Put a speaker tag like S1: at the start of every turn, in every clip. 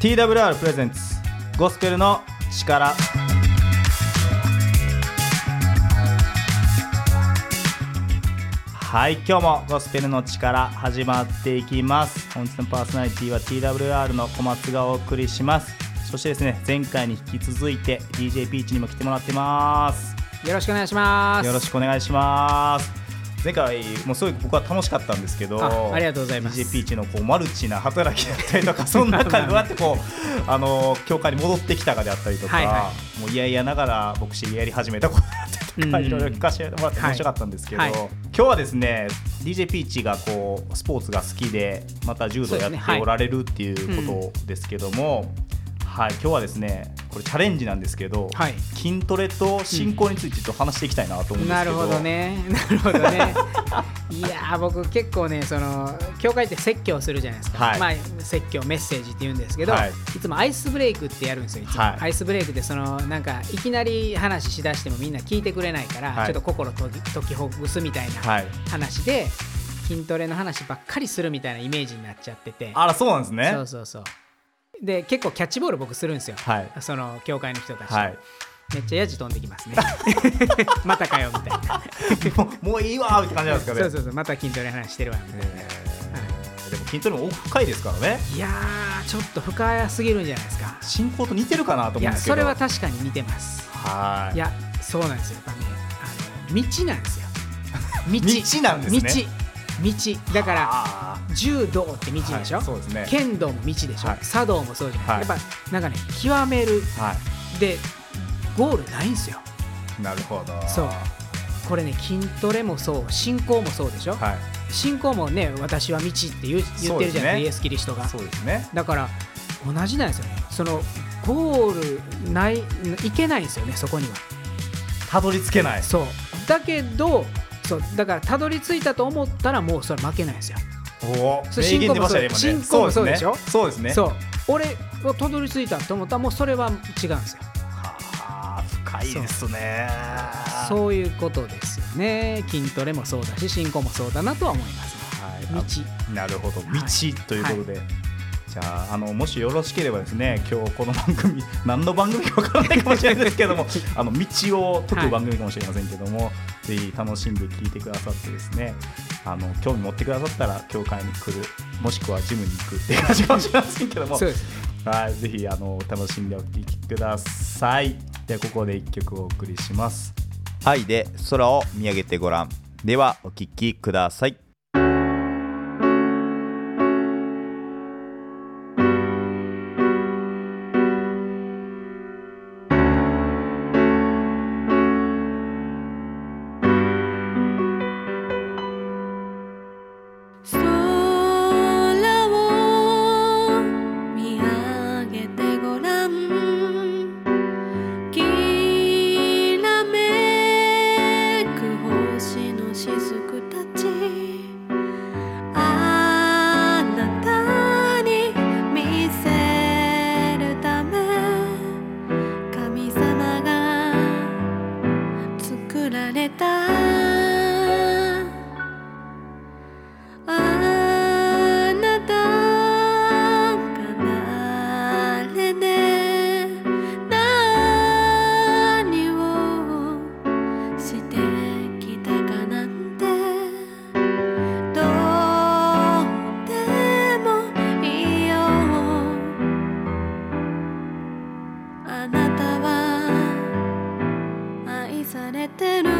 S1: TWR プレゼンツゴスペルの力はい今日もゴスペルの力始まっていきます本日のパーソナリティは TWR の小松がお送りしますそしてですね前回に引き続いて DJ ピーチにも来てもらってます
S2: よろしくお願いします
S1: よろしくお願いします前回もうすごい僕は楽しかったんですけど
S2: あありがとうございます
S1: DJ ピーチのこうマルチな働きだったりとかその中でどうやってこ うあの教会に戻ってきたかであったりとか、
S2: はいいは
S1: もういやいやながら牧師やり始めたことだったりとか
S2: うん
S1: まあいろいろ聞かせてもらって面白かったんですけど、
S2: はいはい
S1: 今日はですね DJ ピーチがこうスポーツが好きでまた柔道やっ
S2: そうで
S1: て
S2: すねはい
S1: おられるっていうことですけども、はい今日はですねこれチャレンジなんですけど、
S2: はい
S1: 筋トレと進行についてちょっと話していきたいなと思うんですけど、
S2: なるほどね なるほど ねいやー僕結構ねその教会って説教するじゃないですか、
S1: はい
S2: まあ説教メッセージって言うんですけど、
S1: はい
S2: い、つもアイスブレイクってやるんですよいつも、
S1: はい
S2: アイスブレイクってそのなんかいきなり話しだしてもみんな聞いてくれないから、
S1: はい
S2: ちょっと心とき解きほぐすみたいな
S1: はい
S2: 話で、筋トレの話ばっかりするみたいなイメージになっちゃってて
S1: あらそうなんですね
S2: そうそうそうで結構キャッチボール僕するんですよ、
S1: はい
S2: その教会の人たちと、
S1: はい
S2: めっちゃヤジ飛んで きますねまたかよみたいな
S1: もうもういいわーって感じなんですかね
S2: そうそうそうまた筋トレの話してるわみたいな、
S1: えーでも筋トレも奥深いですからね
S2: いやーちょっと深すぎるんじゃないですか
S1: 進行と似てるかなと
S2: い
S1: 思うん
S2: や
S1: ですけど
S2: それは確かに似てます
S1: はい
S2: いやそうなんですよやっぱねあの道なんですよ 道
S1: 道なんですね
S2: 道道だから
S1: あ
S2: 柔道って道で
S1: ー
S2: しょ、
S1: はいそうですね
S2: 剣道も道でしょ、
S1: はい
S2: 茶道もそうじゃない、
S1: はい
S2: やっぱなんかね極める
S1: は
S2: でゴールないんですよ
S1: いなるほど
S2: そうこれね筋トレもそう信仰もそうでしょ、
S1: はい
S2: 信仰もね私は道って言う言ってるじゃな
S1: そうですね
S2: いですかイエス・キリストが
S1: そうですね
S2: だから同じなんですよねそのゴールないいけないんですよねそこには
S1: たどり着けない
S2: そうだけどそうだからたどり着いたと思ったらもうそれ負けないんですよ、
S1: おお
S2: そう
S1: 名言出ましたね
S2: 信
S1: 今ね
S2: 仰もそう
S1: ねそうですね
S2: そう俺をたどり着いたと思ったらもうそれは違うんですよ
S1: あー深いですね
S2: そういうことですよね筋トレもそうだし信仰もそうだなとは思います
S1: はい
S2: 道
S1: なるほど道
S2: はい
S1: ということで、じゃああのもしよろしければですね今日この番組何の番組かわからないかもしれないですけ どもあの道を解く番組かもしれませんけども、ぜひ楽しんで聞いてくださってですねあの興味持ってくださったら教会に来るもしくはジムに行くっていう感じかもしれませんけども
S2: そうですね
S1: はいぜひあの楽しんでお聴きくださいではここで一曲お送りします
S3: はいで空を見上げてごらんではお聞きください
S4: 空を見上げてごらんきらめく星のしずくたちあなたに見せるため神様が作られたあなたが誰で何をしてきたかなんてどうでもいいよあなたは愛されてる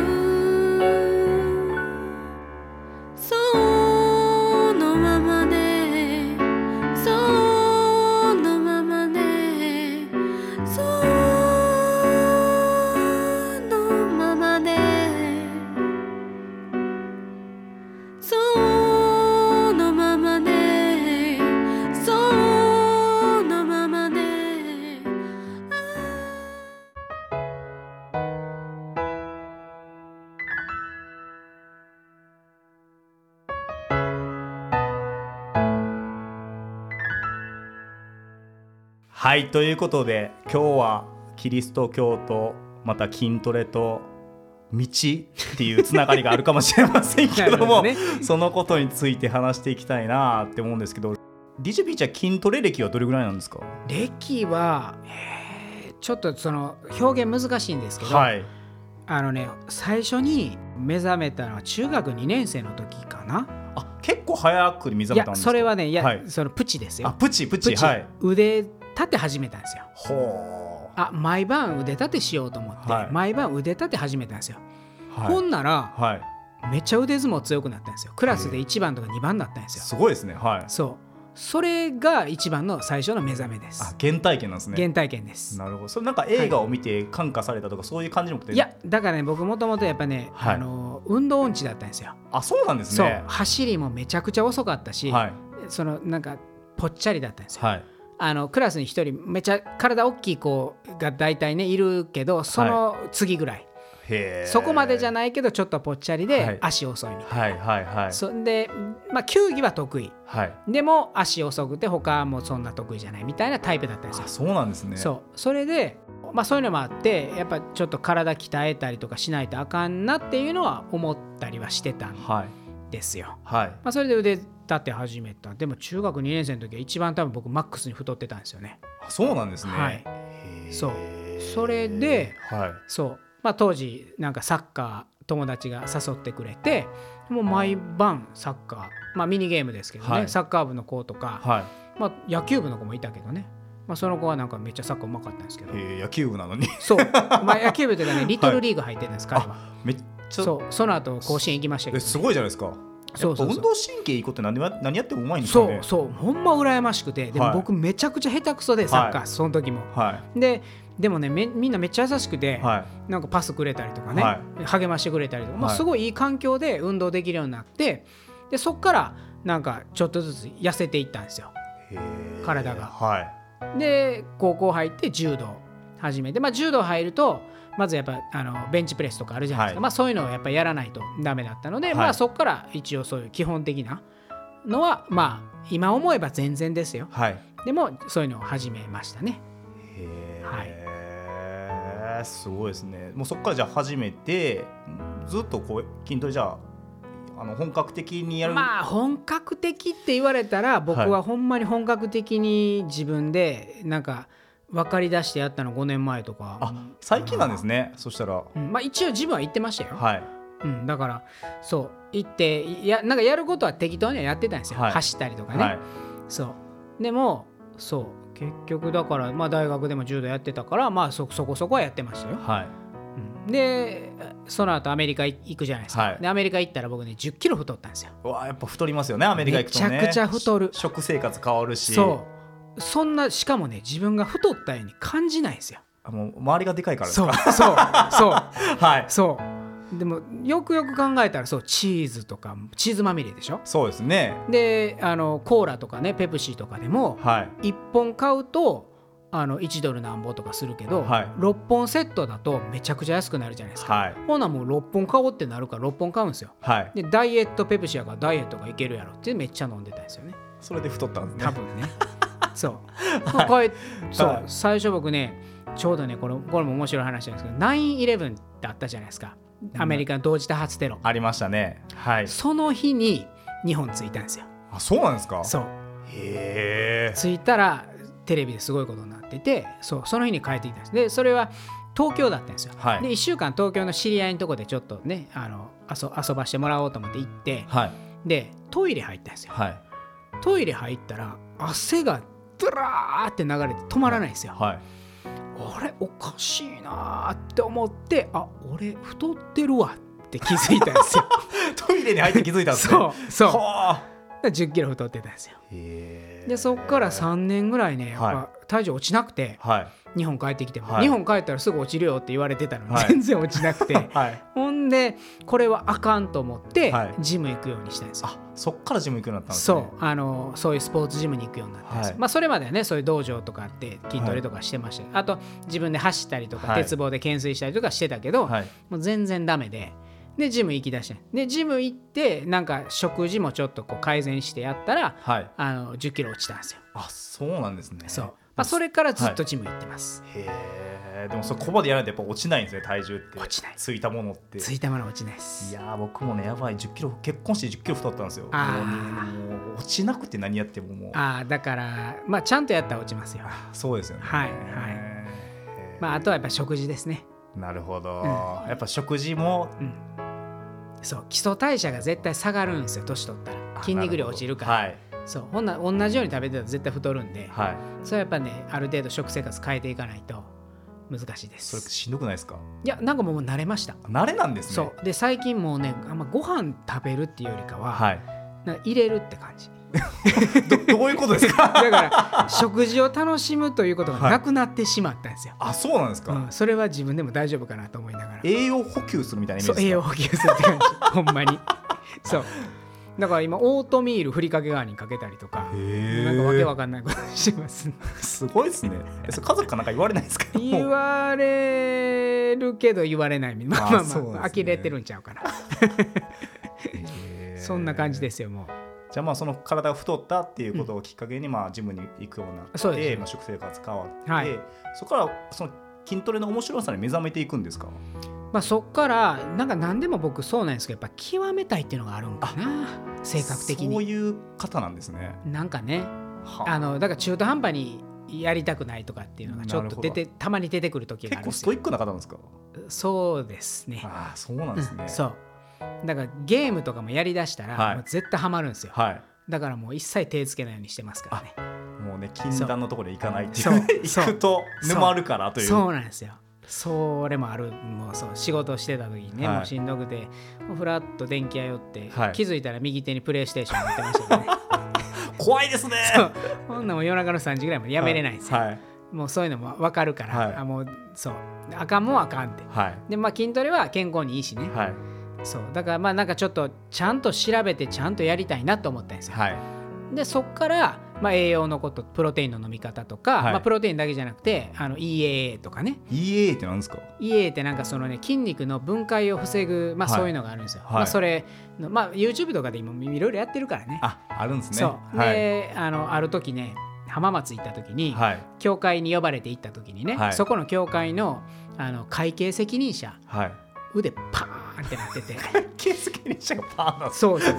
S4: そのままでそのままでそのままでそのままでそのままで
S1: はいということで今日はキリスト教とまた筋トレと道っていうつながりが あるかもしれませんけども
S2: なるほどね
S1: そのことについて話していきたいなって思うんですけど DJ ピーチャー筋トレ歴はどれぐらいなんですか
S2: 歴は、えーちょっとその表現難しいんですけど、
S1: い
S2: あのね最初に目覚めたのは中学2年生の時かな
S1: あ結構早くに目覚
S2: い
S1: めたん
S2: や
S1: ですか
S2: それはねいや、
S1: はい
S2: そのプチです
S1: あ
S2: よ
S1: プチプチ
S2: プチ、
S1: はい
S2: 腕立て始めたんですよ
S1: ほ
S2: あ毎晩腕立てしようと思って、
S1: はい
S2: 毎晩腕立て始めたんですよ、
S1: うは
S2: ほ
S1: い、
S2: んなら
S1: はい、
S2: めっちゃ腕相撲強くなったんですよクラスで1番とか2番だったんですよ、
S1: すごいですねはい
S2: そうそれが一番の最初の目覚めで
S1: あ
S2: す
S1: 原体験なんですね
S2: 原体験です
S1: なるほどそれなんか映画を見て感化されたとかそういう感じのこと
S2: いやだからね僕もともとやっぱね、
S1: はい
S2: あの運動音痴だったんですよ、
S1: あそうなんです
S2: そう
S1: ね
S2: 走りもめちゃくちゃ遅かったし、
S1: はい
S2: そのなんかぽっちゃりだったんですよ、
S1: はい
S2: あのクラスに一人めちゃ体大きい子が大体ねいるけどその次ぐらい、
S1: へえ
S2: そこまでじゃ
S1: ない
S2: ないけどちょっとぽっちゃり
S1: はい
S2: で足遅いみたいな、
S1: はいはいはい
S2: そんで、まあ、球技は得意
S1: はい
S2: でも足遅くて他もそんな得意じゃないみたいなタイプだったんですよ
S1: あそうなんですねう
S2: そうそれで、まあ、そういうのもあってやっぱちょっと体鍛えたりとかしないとあかんなっていうのは思ったりはしてたん
S1: はい
S2: ですよ、
S1: はい
S2: まあ、それで腕立て始めたでも中学2年生の時は一番多分僕マックスに太ってたんですよね
S1: あそうなんですね
S2: はい
S1: へえ
S2: そうそれで
S1: はい
S2: そう、まあ、当時なんかサッカー友達が誘ってくれてもう毎晩サッカー、まあ、ミニゲームですけどね、
S1: はい
S2: サッカー部の子とか、
S1: は
S2: まあ、野球部の子もいたけどね、まあ、その子はなんかめっちゃサッカーうまかったんですけど
S1: いへえ野球部なのに
S2: そう、まあ、野球部というかね、リトルリーグ入ってたんです、彼は。
S1: めっちゃ
S2: そう、その後甲子園行きましたけ
S1: え
S2: ど、
S1: すごいじゃないですか
S2: そうそうそう
S1: やっぱ運動神経いい子って何でも何やってもうまいんです
S2: そ
S1: よね
S2: うそう、ほんま羨ましくて、で
S1: は
S2: も
S1: い
S2: 僕、めちゃくちゃ下手くそで、サッカー、
S1: は
S2: その時も。
S1: は
S2: で、でもねめ、みんなめっちゃ優しくて、
S1: いはい
S2: なんかパスくれたりとかね、
S1: は
S2: 励ましてくれたりとか、まあ、
S1: はい
S2: すごいいい環境で運動できるようになって、でそっから、なんかちょっとずつ痩せていったんですよ。
S1: へえ
S2: 体が
S1: はい
S2: で、高校入って柔道始めて、まあ、柔道入ると、まずやっぱあのベンチプレスとかあるじゃないですか、
S1: はい
S2: まあ、そういうのをやっぱやらないとダメだったので、
S1: い
S2: まあ、そこから一応そういう基本的なのはまあ今思えば全然ですよ
S1: はい
S2: でもそういうのを始めましたね
S1: へえ、すごいですねもうそこからじゃあ始めてずっとこう筋トレじゃああの本格的にやる、
S2: まあ本格的って言われたら僕
S1: は
S2: はほんまに本格的に自分でなんか分かりだしてやったの5年前とか
S1: あ最近なんですねそしたら
S2: うんまあ一応ジムは行ってましたよ、
S1: はい
S2: うん、だからそう行っていやなんかやることは適当にはやってたんですよ、
S1: はい
S2: 走ったりとかね、
S1: はい
S2: そうでもそう結局だから、まあ、大学でも柔道やってたから、まあ、そそこそこはやってましたよ、
S1: はい
S2: うんでその後アメリカ行くじゃないですか、
S1: はい
S2: でアメリカ行ったら僕ね1 0キロ太ったんですよ
S1: うわやっぱ太りますよねアメリカ行くとね
S2: めちゃくちゃ太る
S1: し食生活変わるし
S2: そうそんなしかもね自分が太ったように感じないんですよ
S1: あもう周りがでかいからです
S2: そう
S1: か
S2: そうそう
S1: はい
S2: そうでもよくよく考えたらそうチーズとかチーズまみれでしょ
S1: そうですね
S2: であのコーラとかねペプシとかでも
S1: はい
S2: 1本買うとあの1ドルなんぼとかするけど、
S1: はい
S2: 6本セットだとめちゃくちゃ安くなるじゃないですか、
S1: はい
S2: ほなもう6本買おうってなるから6本買うんですよ
S1: はい
S2: でダイエットペプシやからダイエットがいけるやろってめっちゃ飲んでたんですよね
S1: それで太ったんですね
S2: 多分 ねそう、まあこうやそう、
S1: はい
S2: 最初僕ねちょうどねこれこれも面白い話なんですけど9-11ってあったじゃないですかアメリカの同時多発テロ、
S1: ありましたねはい
S2: その日に日本着いたんですよ
S1: あそうなんですか
S2: そう
S1: へえ
S2: 着いたらテレビですごいことになっててそうその日に帰ってきたんですでそれは東京だったんですよ、
S1: はい
S2: で1週間東京の知り合いのとこでちょっとねあの遊遊ばしてもらおうと思って行って
S1: はい
S2: でトイレ入ったんですよ
S1: はい
S2: トイレ入ったら汗がドラーって流れて止まらないんですよ、
S1: はい
S2: あれおかしいなーって思ってあ俺太ってるわって気づいたんです よ
S1: トイレに入って気づいたんですね
S2: そうそうだか
S1: はあ
S2: ら10キロ太ってたんですよ
S1: へえ
S2: でそっから3年ぐらいねやっ
S1: は
S2: ぱ体重落ちなくて、
S1: はい
S2: 日本帰ってきても、
S1: はい
S2: 日本帰ったらすぐ落ちるよって言われてたのに、
S1: はい
S2: 全然落ちなく て
S1: はい
S2: ほんでこれはあかんと思って、
S1: はい
S2: ジム行くようにしたんですよ。
S1: あそっからジム行くようになったんです
S2: そ
S1: ね
S2: うあのそういうスポーツジムに行くようになったんですよ、
S1: はい
S2: まあ、それまではねそういう道場とかあって筋トレとかしてました、あと自分で走ったりとか、
S1: はい
S2: 鉄棒で懸垂したりとかしてたけど、
S1: はい
S2: もう全然ダメででジム行きだしてでジム行ってなんか食事もちょっとこう改善してやったら
S1: はい
S2: あの1 0キロ落ちたんですよ、
S1: あそうなんですね
S2: そうまあ、それからずっとジム行ってます、
S1: へえでもそこまでやらないとやっぱ落ちないんですね体重って
S2: 落ちない
S1: ついたものって
S2: ついたもの落ちないです
S1: いやー僕もねやばい1 0キロ結婚して1 0キロ太ったんですよ
S2: あー
S1: もうう落ちなくて何やってももう
S2: ああだからまあちゃんとやったら落ちますよ
S1: そうですよね
S2: はいはい
S1: えー
S2: まああとはやっぱ食事ですね
S1: なるほど、やっぱ食事も
S2: うんそう基礎代謝が絶対下がるんですよ年取ったら筋肉量落ちるから、
S1: はい
S2: そうほんな同じように食べてたら絶対太るんで、
S1: はい
S2: それはやっぱねある程度食生活変えていかないと難しいで
S1: それ
S2: す
S1: しんどくないですか
S2: いやなんかもう慣れました
S1: 慣れなんですね
S2: そうで最近もうねあんまご飯食べるっていうよりかは、
S1: はい
S2: なんか入れるって感じ
S1: どどういうことです か
S2: だから食事を楽しむということがなくなってしまったんですよ、
S1: あそうなんですか、
S2: うん、それは自分でも大丈夫かなと思いながら
S1: 栄養補給するみたいなイメ
S2: そ
S1: ー
S2: う
S1: ジ
S2: 栄
S1: ですか
S2: 養補給するって 感じほんまにそうだから今オートミールふりかけ側にかけたりとか
S1: へ
S2: なんかわけわ
S1: え
S2: かんないことし てます
S1: すごいですねえそれ家族かなんか言われないですか
S2: 言
S1: もう
S2: われるけど言われないみたいな
S1: あ
S2: まあ
S1: そうなん
S2: ま
S1: です
S2: あ
S1: ね
S2: 呆れてるんちゃうかな
S1: へー
S2: そんな感じですよも
S1: じゃあまあその体が太ったっていうことをきっかけにまあジムに行くようになって、
S2: そうですね
S1: まあ、食生活変わって、
S2: はい
S1: そこからその筋トレの面白さに目覚めていくんですか
S2: う、まあ、そっからなんか何でも僕そうなんですけどやっぱ極めたいっていうのがあるんかな性格
S1: そ
S2: 的
S1: う
S2: に
S1: いう方なんですね
S2: なんかね
S1: はあ
S2: あのだから中途半端にやりたくないとかっていうのがちょっと出てたまに出てくる時が
S1: 結
S2: あるん
S1: 構
S2: で
S1: ス
S2: す
S1: ト
S2: よ
S1: イックな方なんですか
S2: そうですね
S1: ああそうなんですね、
S2: うんそうだからゲームとかもやりだしたら、
S1: はい
S2: もう絶対ハマるんですよ、
S1: はい
S2: だからもう一切手つけないようにしてますからね
S1: もうね禁断のところで行かないっていう
S2: そ う
S1: 行くと
S2: そう
S1: 沼あるからという
S2: そうなんですよそれもあるもうそう仕事してた時にね、
S1: はい
S2: もうしんどくてもうふらっと電気屋寄って、
S1: はい
S2: 気づいたら右手にプレイステーション持ってましたね
S1: 怖いですね
S2: そうこんなんもう夜中の3時ぐらいまでやめれないんですよ、
S1: はい
S2: もうそういうのも分かるから、
S1: はい
S2: あもうそうあかんもんあかんって
S1: はい
S2: でまあ筋トレは健康にいいしね、
S1: はい
S2: そうだからまあなんかちょっとちゃんと調べてちゃんとやりたいなと思ったんですよ、
S1: はい
S2: でそこから、まあ、栄養のことプロテインの飲み方とか、
S1: はい
S2: まあ、プロテインだけじゃなくてあの EAA とかね
S1: EA ってなんですか
S2: EAA ってなんかそのね筋肉の分解を防ぐ、まあ、
S1: はい
S2: そういうのがあるんですよ、
S1: はい
S2: まあ、それの、まあ、YouTube とかで今いろいろやってるからね
S1: ああるんですね
S2: そう
S1: はい
S2: で、あのある時ね浜松行った時に、
S1: はい
S2: 教会に呼ばれて行った時にね、
S1: はい
S2: そこの教会のあの会計責任者
S1: はい
S2: 腕パーンってなってて
S1: 形式にしがパーンなんです
S2: そうそう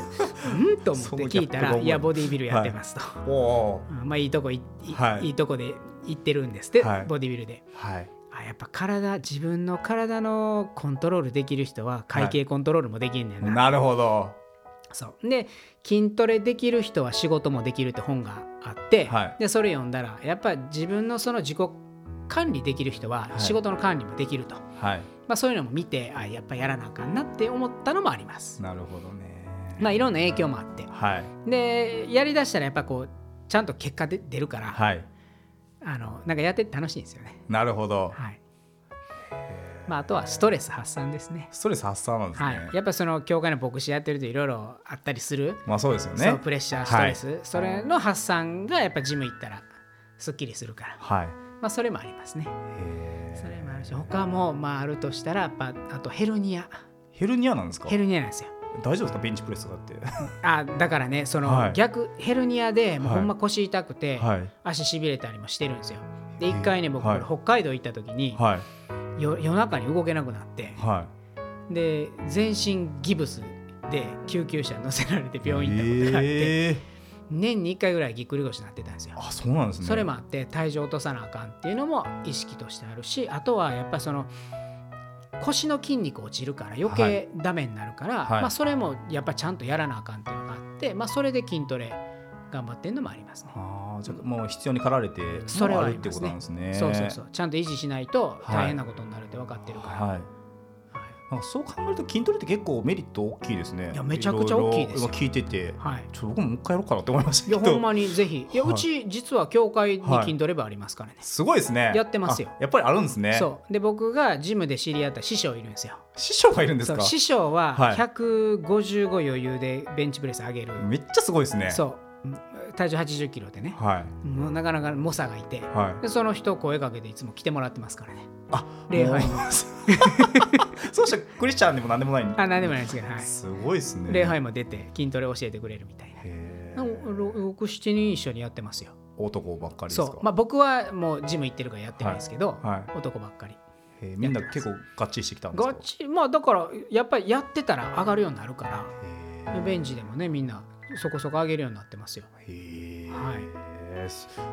S2: うんと思って聞いた
S1: そのギャップが
S2: ら「
S1: 重い
S2: いやボディービルやってます」と。
S1: おお
S2: うんまあいいとこいい,、
S1: はい
S2: い、いとこで行ってるんですって、
S1: はい
S2: ボディビルで。
S1: はい
S2: あやっぱ体自分の体のコントロールできる人は会計コントロールもできんねんな。
S1: なるほど
S2: そうで筋トレできる人は仕事もできるって本があって、
S1: はい
S2: でそれ読んだらやっぱ自分のその自己管理できる人は
S1: はい
S2: 仕事の管理もできると、
S1: はい
S2: まあ、そういうのも見てあやっぱやらなあかんなって思ったのもあります。
S1: なるほどね
S2: まあいろんな影響もあって
S1: はい
S2: でやりだしたらやっぱこうちゃんと結果で出るから、
S1: はい
S2: あのなんかやってて楽しいんですよね。
S1: なるほど
S2: はい。まあ、あとはストレス発散ですね。
S1: ストレス発散なんです
S2: はい
S1: ね、
S2: やっぱその教会の牧師やってるといろいろあったりする、
S1: まあそうですよ
S2: その
S1: ね
S2: プレッシャースト
S1: は
S2: レ
S1: い
S2: ス、それの発散がやっぱジム行ったらすっきりするから、
S1: はい
S2: まあ、それもありますね
S1: へー
S2: それもあるし他もまああるとしたらやっぱあとヘルニア
S1: ヘルニアなんですか
S2: ヘルニアなんですよ
S1: 大丈夫ですかベンチプレスとかって
S2: あだからねその、
S1: はい
S2: 逆ヘルニアでもう
S1: はい
S2: ほんま腰痛くて、
S1: はい
S2: 足しびれたりもしてるんですよで
S1: へえ
S2: 一回ね僕、
S1: はい
S2: 北海道行った時に、
S1: はい
S2: よ夜中に動けなくなって、
S1: は
S2: で全身ギブスで救急車に乗せられて
S1: い
S2: 病院行ったことがあって、
S1: えー
S2: 年に1回ぐらいぎっくり腰になってたんですよ。
S1: あそうなんですね
S2: それもあって体重落とさなあかんっていうのも意識としてあるしあとはやっぱその腰の筋肉落ちるから余
S1: は
S2: 計
S1: い
S2: ダメになるから、
S1: はい
S2: まあ、それもやっぱちゃんとやらなあかんっていうのがあって、まあ、それで筋トレ頑張ってんのもありますね。
S1: ああじゃあもう必要に駆られて
S2: それは
S1: もう
S2: あ
S1: あ
S2: り
S1: るって
S2: ま
S1: こ
S2: す
S1: と
S2: ね
S1: なんですね
S2: そうそうそうちゃんと維持しないと大変なことになるって分かってるから、
S1: はいなんかそう考えると筋トレって結構メリット大きいですね
S2: いやめちゃくちゃ大きいです
S1: ろ
S2: よ
S1: ろ今聞いてて
S2: はいはい、
S1: ちょっと僕ももう一回やろうかなって思いました
S2: い
S1: け
S2: や
S1: ど
S2: ほんまにぜひいや
S1: はいう
S2: ち実は教会に筋トレ部ありますからね、
S1: すごいですね
S2: やってますよ
S1: あやっぱりあるんですね
S2: そうで僕がジムで知り合った師匠いるんですよ
S1: 師匠がいるんです
S2: そう
S1: か
S2: 師匠は
S1: はい
S2: 155余裕でベンチプレス上げる、
S1: めっちゃすごいですね
S2: そううん体重80キロでね、
S1: はい
S2: もうなかなか猛者がいて
S1: は
S2: でその人声かけていつも来てもらってますからね
S1: あ
S2: 礼拝に
S1: もう そうしたらクリスチャンでもなんでもないんで
S2: あ何でもないですけど、はい、
S1: すごいですね
S2: 礼拝も出て筋トレ教えてくれるみたいな
S1: へー
S2: 67人一緒にやってますよ
S1: 男ばっかりですか
S2: そう、まあ、僕はもうジム行ってるからやってないですけど、
S1: はいはい
S2: 男ばっかり
S1: へーみんな結構ガッチリしてきたんです
S2: ガ
S1: か
S2: チまあだからやっぱりやってたら上がるようになるから
S1: へー
S2: ベンチでもねみんなそこそこ上げるようになってますよ。
S1: へえ、
S2: はい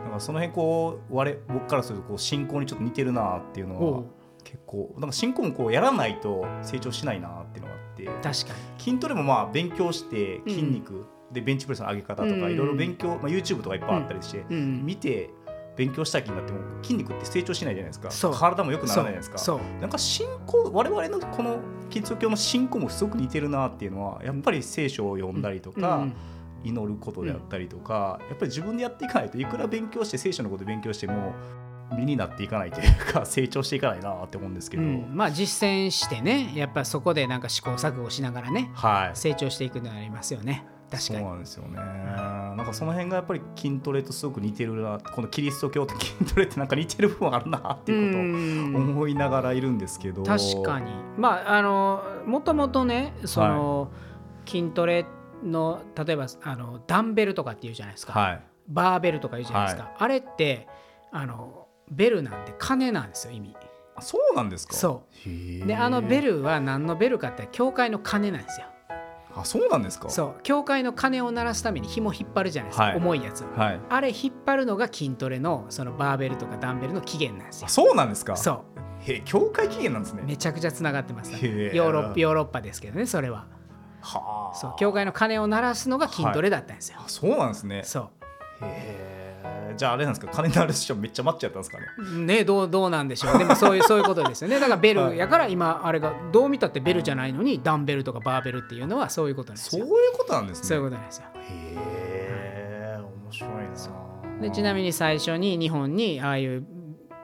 S1: なんかその辺こう我々僕からするとこう進行にちょっと似てるなっていうの
S2: お
S1: は
S2: う
S1: 結構なんか進行もこうやらないと成長しないなっていうのがあって
S2: 確かに
S1: 筋トレもまあ勉強して
S2: うん
S1: 筋肉、でベンチプレスの上げ方とか
S2: う
S1: い
S2: ん
S1: ろいろ勉強、まあ、YouTube とかいっぱいあったりして、
S2: うん
S1: 見て勉強した気になっても筋肉って成長しないじゃないですか
S2: そう
S1: 体も良くならないじゃないですか
S2: そう
S1: なんか信仰我々のこのキリスト教の信仰もすごく似てるなっていうのはやっぱり聖書を読んだりと
S2: そう
S1: か、
S2: うん
S1: 祈ることであったりとか、やっぱり自分でやっていかないといくら勉強して聖書のこと勉強しても身になっていかないというか成長していかないなって思うんですけ
S2: う
S1: ど、
S2: んまあ実践してねやっぱそこでなんか試行錯誤しながらね
S1: はい
S2: 成長していくのはありますよね確
S1: そ
S2: か
S1: う
S2: に
S1: なんですよねなんかその辺がやっぱり筋トレとすごく似てるなこのキリスト教と筋トレってなんか似てる部分あるなっていうこ
S2: ん
S1: とを思いながらいるんですけど
S2: 確かにまああのもともとねその、筋トレの例えばあのダンベルとかっていうじゃないですか、
S1: はい
S2: バーベルとか言うじゃないですか、あれってあのベルなんて金なんですよ意味
S1: あそうなんですか
S2: そうであのベ
S1: ル
S2: ルは何のベルかって教会の鐘なんですよ
S1: あそうなんですか
S2: そう教会の鐘を鳴らすために紐引っ張るじゃないですか、
S1: はい
S2: 重いやつを
S1: はい
S2: あれ引っ張るのが筋トレのそのバーベルとかダンベルの起源なんですよ
S1: あそうなんですか
S2: そ
S1: へえ教会起源なんです
S2: うめ
S1: ね
S2: ちゃくちゃつながってます、
S1: へえ
S2: ヨーロッヨーロッパですけどねそれは
S1: はあ
S2: そう教会の鐘を鳴らすのが筋トレだったんですよ、
S1: あそうなんですね
S2: そ
S1: へえじゃああれなんですか金のある人めっちゃ待っちゃったんですかね
S2: うねどうどうなんでしょうでもそういうそういうことですよねだからベ
S1: は
S2: ル
S1: い
S2: やから今あれがどう見たってベルじゃないのにダンベルとかバーベルっていうのはそういうことなんです
S1: そうい
S2: よ
S1: うことなんですね
S2: そういうことなんですよ
S1: へえ面白いな
S2: でちなみに最初に日本にああいう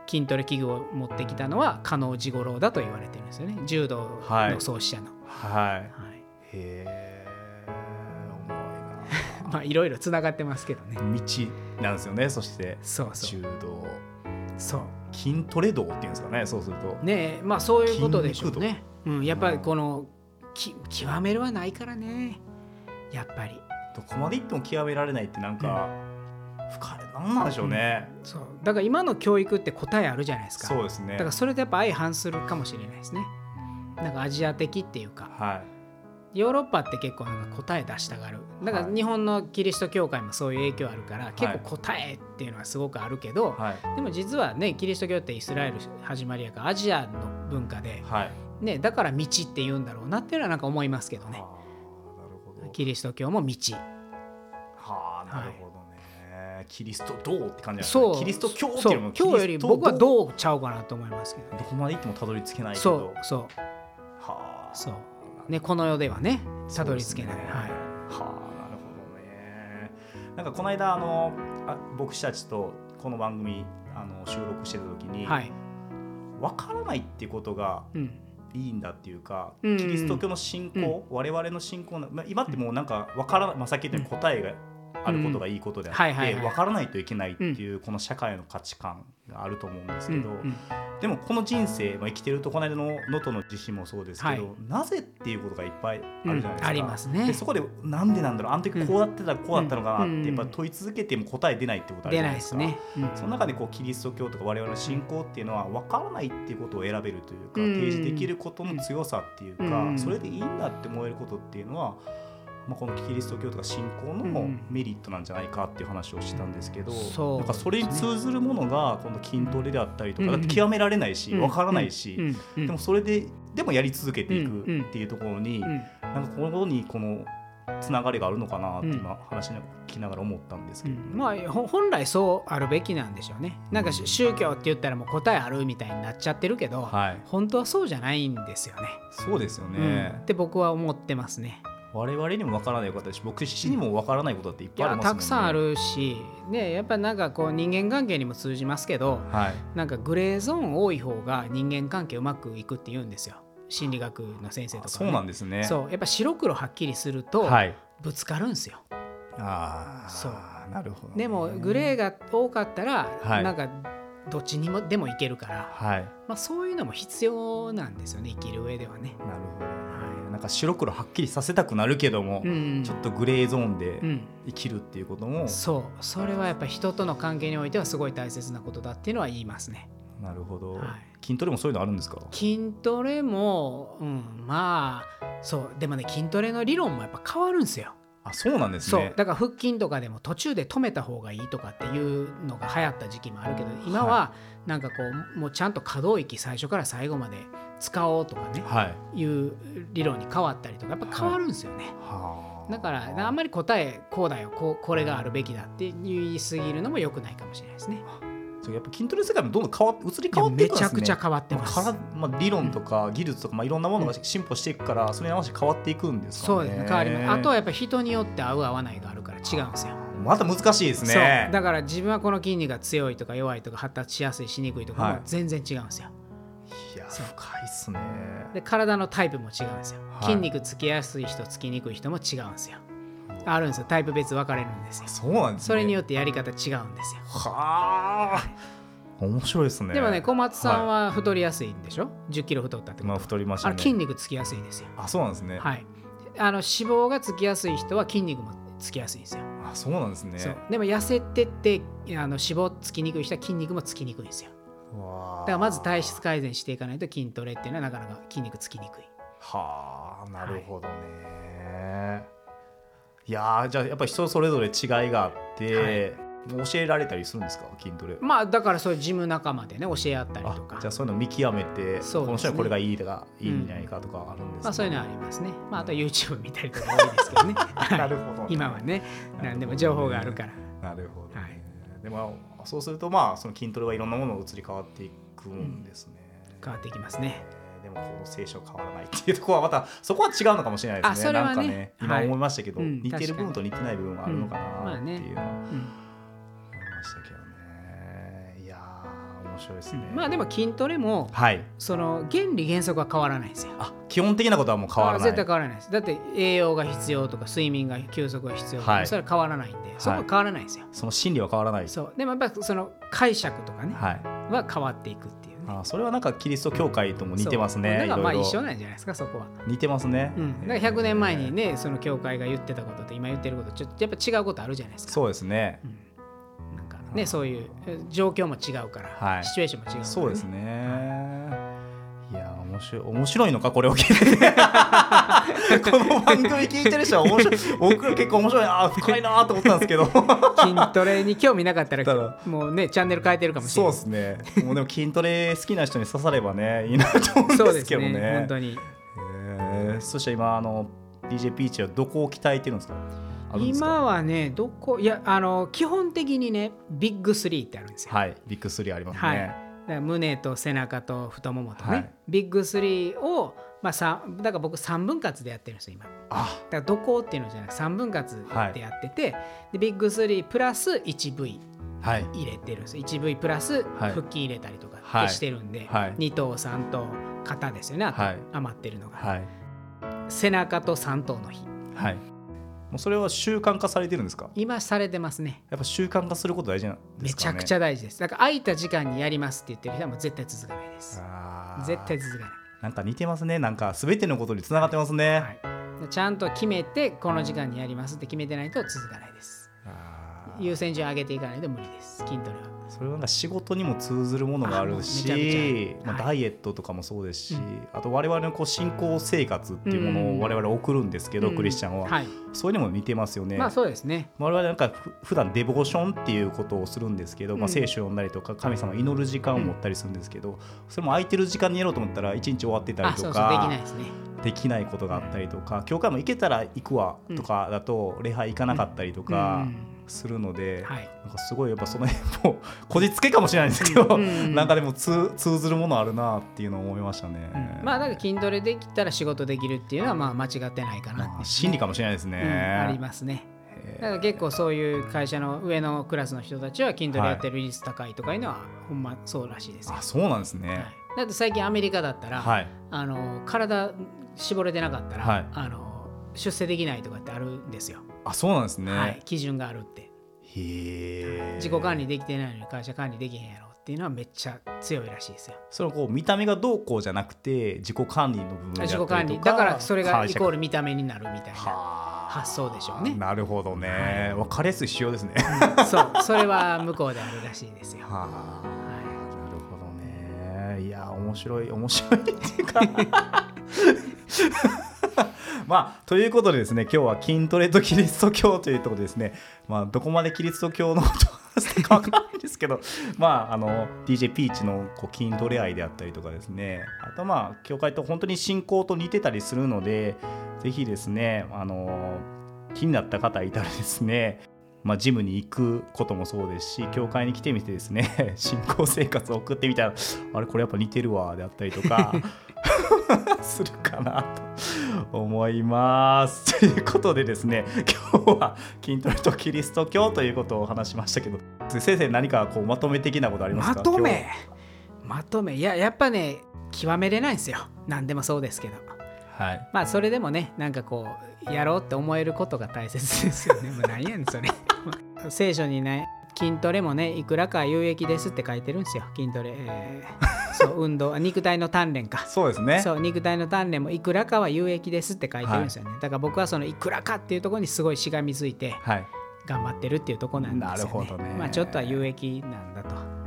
S2: 筋トレ器具を持ってきたのは加納治五郎だと言われてるんですよね柔道の創始者の、
S1: はい
S2: はい
S1: へえ
S2: まあいろいろつながってますけどね
S1: 重いな道なんですよねそして
S2: そうそう
S1: 柔道
S2: そう
S1: 筋トレ道っていうんですかねそうすると
S2: ねえまあそういうことでしょうね、うん、やっぱりこのき極めるはないからねやっぱり
S1: どこまでいっても極められないってなんか深いなんなんでしょうね
S2: そうだから今の教育って答えあるじゃないですか
S1: そうですね
S2: だからそれでやっぱ相反するかもしれないですねなんかアジア的っていうか
S1: はい
S2: ヨーロッパって結構なんか答え出したがるだから
S1: はい
S2: 日本のキリスト教会もそういう影響あるから、
S1: い
S2: 結構答えっていうのはすごくあるけど、
S1: はい
S2: でも実はねキリスト教ってイスラエル始まりやからアジアの文化で、
S1: はい
S2: ね、だから道って言うんだろうなっていうのはなんか思いますけど
S1: あーな
S2: ね
S1: るほど
S2: キリスト教も道
S1: はあなるほどね、キリスト道って感じなんです
S2: そ
S1: ね
S2: う
S1: キリスト教って
S2: そ
S1: いううのも
S2: 今日より僕は
S1: う
S2: どうちゃうかなと思いますけど
S1: どこまで行ってもたどり着けないけど
S2: そうそう
S1: はあ
S2: そううねこの世ではねたどり着けない、
S1: そうですね
S2: は
S1: は
S2: い
S1: あなるほどねなんかこの間あのあ僕たちとこの番組あの収録してた時に、
S2: はい、
S1: 分からないってことが
S2: うん、
S1: いいんだっていうか、
S2: うん
S1: キリスト教の信仰、我々の信仰の、まあ、今ってもうなんか分からない、まあ、さっき言ったように答えがあることがいいことであって、
S2: うんはいはいはい
S1: 分からないといけないっていうこの社会の価値観があると思うんですけど、
S2: うんうん
S1: でもこの人生、まあ、生きてるとこの間の能登の地震もそうですけど、
S2: はい
S1: なぜっていうことがいっぱいあるじゃないですか。
S2: うんありますね
S1: でそこでなんでなんだろうあの時こうだってたらこうだったのかなって、
S2: うん
S1: やっぱ問い続けても答え出ないってことあるじ
S2: 出
S1: ゃな
S2: な
S1: いいで
S2: で
S1: す
S2: す
S1: か。
S2: ね、うん
S1: その中でこうキリスト教とか我々の信仰っていうのは分からないっていうことを選べるというか、
S2: うん
S1: 提示できることの強さっていうか、
S2: うん
S1: それでいいんだって思えることっていうのは、まあ、このキリスト教とか信仰
S2: う
S1: の
S2: ん
S1: メリットなんじゃないかっていう話をしたんですけど、
S2: そう
S1: なんかそれに通ずるものがこの筋トレであったりとか、
S2: うん
S1: だって極められないし
S2: うん
S1: 分からないし、
S2: うんうん
S1: でもそれででもやり続けていく
S2: うん
S1: っていうところに、
S2: うん
S1: なんかここにこのつながりがあるのかなって
S2: うん
S1: 今話を聞きながら思ったんです
S2: う
S1: けど、
S2: んまあほ本来そうあるべきなんでしょうねなんかし宗教って言ったらもう答えあるみたいになっちゃってるけど、
S1: はい、
S2: 本当はそうじゃないんですよね
S1: そうですよね。
S2: うんって僕は思ってますね
S1: 我々にもわからないことだし僕自身にもわからないことだっていっ
S2: い
S1: ぱいあ
S2: や
S1: りますもんね
S2: たくさんあるしねやっぱなんかこう人間関係にも通じますけど
S1: はい
S2: なんかグレーゾーン多い方が人間関係うまくいくって言うんですよ心理学の先生とか、ね、
S1: そうなんですね
S2: そうやっぱ白黒はっきりすると
S1: はい
S2: ぶつかるんですよ、
S1: ああ
S2: そう
S1: なるほどね、
S2: でもグレーが多かったら、
S1: はい
S2: なんかどっちにもでもいけるから、
S1: はい
S2: まあ、そういうのも必要なんですよね生きる上ではね。
S1: なるほどねなんか白黒はっきりさせたくなるけども、
S2: うん
S1: ちょっとグレーゾーンで
S2: うん、
S1: 生きるっていうことも、
S2: そうそれはやっぱ人との関係においてはすごい大切なことだっていうのは言いますね。
S1: なるほど、
S2: はい
S1: 筋トレもそういうのあるんですか
S2: 筋トレも、うん、まあそうでもね筋トレの理論もやっぱ変わるんですよ。
S1: あそうなんです
S2: そう
S1: ね
S2: だから腹筋とかでも途中で止めた方がいいとかっていうのが流行った時期もあるけど今はなんかこうもうちゃんと可動域最初から最後まで使おうとかね
S1: はい
S2: いう理論に変わったりとかやっぱ変わるんですよね。
S1: はあ
S2: だからあんまり答えこうだよこうこれがあるべきだって言いすぎるのも良くないかもしれないですね。
S1: そうやっぱ筋トレ世界もどんどん変わっ移り変わってい
S2: め
S1: くんで
S2: ち
S1: す
S2: ゃ
S1: ね
S2: くちゃ変わって
S1: ま
S2: ま
S1: あ
S2: す。
S1: からまあ、理論とか技術とか、まあ、いろんなものが進歩していくからそれに合わせて変わっていくんですかね
S2: そうですね変わりますあとはやっぱ人によって合う合わないがあるから違うんですよ。
S1: また難しいですね
S2: そうだから自分はこの筋肉が強いとか弱いとか発達しやすいしにくいとか
S1: はい
S2: も全然違うんですよ。
S1: いや
S2: そう
S1: 深いっすね
S2: で体のタイプも違うんですよ。
S1: はい
S2: 筋肉つきやすい人つきにくい人も違うんですよ。あるんですよタイプ別分かれるんですよ。
S1: そうなんですね
S2: それによってやり方違うんですよ。
S1: はあ面白いですね
S2: でもね小松さんは太りやすいんでしょ、1 0キロ太ったってこ
S1: ま
S2: と
S1: あ、太りまし
S2: あ
S1: た
S2: れ
S1: ね
S2: 筋肉つきやすいですよ。
S1: あそうなんですね、
S2: はい。あの脂肪がつきやすい人は筋肉もつきやすいんですよ。
S1: あそうなんですね
S2: そうでも痩せてってあの脂肪つきにくい人は筋肉もつきにくいんですよ。
S1: わあ
S2: だからまず体質改善していかないと筋トレっていうのはなかなか筋肉つきにくい。
S1: はあなるほどね、い、やーじゃあやっぱり人それぞれ違いがあって、もう教えられたりするんですか筋トレ
S2: まあだからそういうジム仲間でね教え合ったりと
S1: あじゃ
S2: か
S1: あ。そういうのを見極めて、
S2: そうですね
S1: この人はこれがいいとかいいんじゃないかとかあるんです
S2: まあそういう
S1: ね
S2: のはありますね。まああと YouTube 見たりとか多いですけどね。は い
S1: なるほどね
S2: 今はね、何でも情報があるから。
S1: なるほど、ね
S2: はい
S1: でもそうするとまあその筋トレはいろんなものが移り変わっていくんですね、
S2: 変わっていきますね。
S1: でもこう聖書変わらないっていうところはまたそこは違うのかもしれないですね
S2: あそれ
S1: な
S2: はね
S1: んかね今
S2: はい
S1: 思いましたけど、
S2: うん
S1: 似てる部分と似てない部分はあるのかなっていうのは思い
S2: うん
S1: ましたけどね、いやー面白いですね、
S2: まあでも筋トレも
S1: はい
S2: その原理原則は変わらないんですよ。
S1: あ基本的なことはもう変わらない
S2: 絶対変わらないです。だって栄養が必要とか睡眠が休息が必要とか、
S1: はい
S2: それは変わらないんで、そこは変わらないんですよ。
S1: その心理は変わらない
S2: そうでもやっぱりその解釈とかね、
S1: はい
S2: は変わっていくっていうね。
S1: あそれはなんかキリスト教会とも似てますね
S2: そうだからまあ
S1: いろい
S2: 一
S1: ろ
S2: 緒なんじゃないですかそこは。
S1: 似てますね、
S2: うん、だから100年前にねその教会が言ってたことと今言ってることちょっとやっぱ違うことあるじゃないですか。
S1: そうですね、
S2: うんなんかねそういうえ状況も違うから、
S1: はい
S2: シチュエーションも違うから、
S1: そうです。ね、いや面白い面白いのかこれを聞 いててこの番組聞いてる人は面白い 僕ら結構面白いなあ深いなあと思ったんですけど
S2: 筋トレに興味なかったら
S1: ただ
S2: もうねチャンネル変えてるかもしれ
S1: そう
S2: ない。
S1: ですねもうでも筋トレ好きな人に刺さればねいいなと思うんですけどね
S2: そうです本当に。
S1: へえそして今あの DJ ピーチはどこを鍛えてるんですかあるんですか
S2: 今はねどこいやあの基本的にねビッグスリーってあるんですよ、
S1: はいビッグスリーありますね、
S2: はいだから胸と背中と太ももとね、
S1: はい
S2: ビッグスリーをまあさんだから僕3分割でやってるんですよ今だか
S1: あ
S2: らどこっていうのじゃなく3分割でやってて、でビッグスリープラス 1V
S1: はい
S2: 入れてるんですよ 1V プラス
S1: はい
S2: 腹筋入れたりとかっ
S1: はい
S2: てしてるんで、
S1: はい
S2: 2頭3頭肩ですよねあと
S1: はい
S2: 余ってるのが、
S1: はい
S2: 背中と3頭の日
S1: はいもうそれは習慣化されてるんですか
S2: 今されてますね
S1: やっぱ習慣化すること大事なんで
S2: め
S1: す
S2: ち
S1: かね
S2: ゃくちゃ大事です。だから空いた時間にやりますって言ってる人はもう絶対続かないです。
S1: あー
S2: 絶対続か
S1: なんか似てますねなんか全てのことにつながってますね、
S2: ない。はい、ちゃんと決めてこの時間にやりますって決めてないと続かないです。
S1: あー
S2: 優先順位を上げていかないと無理です。筋トレは。
S1: それはなんか仕事にも通ずるものがある
S2: あもうめち
S1: し
S2: ゃくちゃ
S1: まあ、
S2: はい
S1: ダイエットとかもそうですし、
S2: うん
S1: あと我々のこう信仰生活っていうものを我々送るんですけど、
S2: うん
S1: クリスチャンは、
S2: はい。
S1: そういうのも似てますよね。
S2: まあそうですね。
S1: 我々なんかふ普段デボーションっていうことをするんですけど、ま
S2: う
S1: あ、
S2: ん
S1: 聖書を読んだりとか神様を祈る時間を持ったりするんですけど、それも空いてる時間にやろうと思ったら一日終わってたり
S2: あ
S1: と
S2: そうそうで
S1: か
S2: きないですね。
S1: できないことがあったりとか教会も行けたら行くわとかだと、礼拝行かなかったりとか
S2: うん
S1: するので、
S2: はい。
S1: なんかすごいやっぱその辺もこじつけかもしれないんですけど、
S2: うんうん
S1: なんかでも通通ずるものあるなっていうのを思いましたね。
S2: うんまあなんか筋トレできたら仕事できるっていうのはまあ間違ってないかなって、
S1: まあ真理かもしれないですね。
S2: うんありますね。だから結構そういう会社の上のクラスの人たちは筋トレやってる率高いとかいうのはほんまそうらしいですよ
S1: あそうなんです
S2: は
S1: ね
S2: い。だって最近アメリカだったら、
S1: はい、
S2: あの体絞れてなかったら、
S1: はい
S2: あの出世できないとかってあるんですよ、
S1: あそうなんですね。
S2: はい、基準があるって
S1: へえ。
S2: 自己管理できてないのに会社管理できへんやろっていうのはめっちゃ強いらしいですよ
S1: そのこう見た目がどうこうじゃなくて自己管理の部分であったり
S2: 自
S1: と
S2: 己
S1: か
S2: 管理だからそれがイコー
S1: ル
S2: ル見た目になるみたいな発想でしょうね
S1: なるほどね。分かりやすい仕様ですね。
S2: そうそれは向こうであるらしいですよ
S1: はあ、
S2: は
S1: なるほどね。いや、面白い、面白いっていうか。 まあということでですね今日は筋トレとキリスト教というところでですねまあどこまでキリスト教のことを話してかわかんないですけど まああの DJ ピーチのこう筋トレ愛であったりとかですねあとまあ教会と本当に信仰と似てたりするのでぜひですねあの気になった方いたらですねまあ、ジムに行くこともそうですし教会に来てみてですね 信仰生活を送ってみたらあれこれやっぱ似てるわであったりとか するかなと思います。と いうことでですね今日は筋トレとキリスト教ということを話しましたけど先生何かこうまとめ的なことあります
S2: ま
S1: か
S2: と
S1: 今日
S2: めまとめいややっぱね極めれないんですよ何でもそうですけど
S1: はい、
S2: まあそれでもねなんかこうやろうって思えることが大切ですよ ねもう何やねんそれ聖書にね筋トレもねいくらか有益ですって書いてるんですよ筋トレ、えー そう運動あ肉体の鍛錬か
S1: そうですね
S2: そう肉体の鍛錬もいくらかは有益ですって書いてるんですよね、だから僕はそのいくらかっていうところにすごいしがみついて
S1: はい
S2: 頑張ってるっていうところなんですよ、ね、
S1: なるほどね
S2: まあちょっとは有益なんだと、うん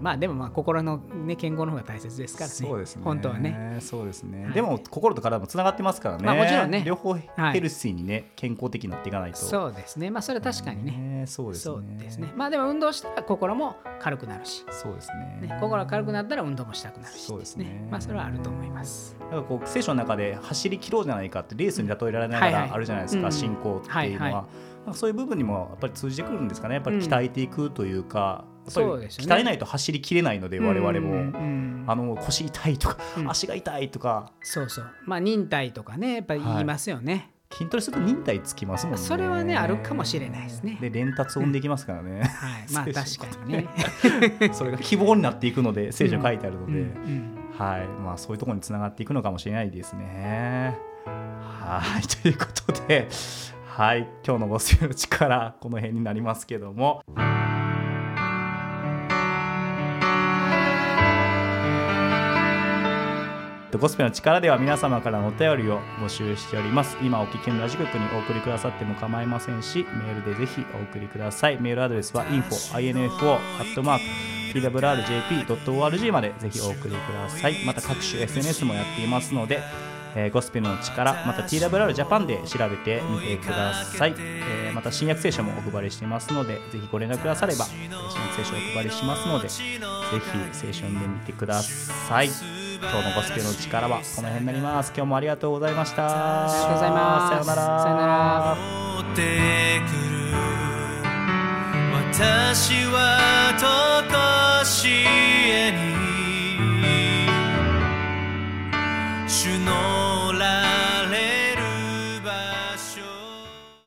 S2: まあでもまあ心の、ね、健康の方が大切ですからね
S1: そうですね
S2: 本当はね
S1: そうですね、
S2: はい
S1: でも心と体もつながってますからね、
S2: まあもちろんね
S1: 両方
S2: はい
S1: ヘルシーにね、健康的になっていかないと
S2: そうですねまあそれは確かにね、
S1: ねそうですね
S2: そうですね。まあでも運動したら心も軽くなるし、
S1: そうですね
S2: ね、心が軽くなったら運動もしたくなるし、
S1: そうですね
S2: まあそれはあると思います。
S1: なんかこう聖書の中で走り切ろうじゃないかってレースに例えられないか
S2: はいはい
S1: らあるじゃないですか、
S2: うん
S1: 信仰っていうのは、
S2: はいはい
S1: なんかそういう部分にもやっぱり通じてくるんですかねやっぱり
S2: うん
S1: 鍛えていくというか、やっ
S2: そう
S1: ぱり
S2: ですね
S1: 鍛えないと走りきれないので我々も、
S2: うんうん
S1: あの腰痛いとか、
S2: うん
S1: 足が痛いとか
S2: そうそう。まあ忍耐とかね、やっぱり言いますよね。
S1: 筋トレすると忍耐つきますもんね
S2: それはねあるかもしれないですね
S1: で連達音できますからね、
S2: はい。まあ
S1: 精神
S2: 確かにね。
S1: それが希望になっていくので聖書に書いてあるの
S2: う
S1: で、
S2: んうん
S1: はいまあ、そういうところにつながっていくのかもしれないですね。はいということで、はい、今日の「ボスよの力」この辺になりますけども。ゴスペの力では皆様からのお便りを募集しております。今お聞きのラジオ局にお送りくださっても構いませんし、メールでぜひお送りください。メールアドレスは info.info.twrjp.org までぜひお送りください。また各種 SNS もやっていますので、えーゴスペルの力、また TWR ジャパンで調べてみてください。えーまた新約聖書もお配りしていますので、ぜひご連絡くだされば、えー新約聖書をお配りしますので、ぜひ青春で見てください。今日のゴスペルの力はこの辺になります。今日もありがとうございました。あ
S2: あ
S1: さよ
S2: りがとうございます。
S1: うなら。
S2: さよなら。
S5: 戻ってくる私はとこしい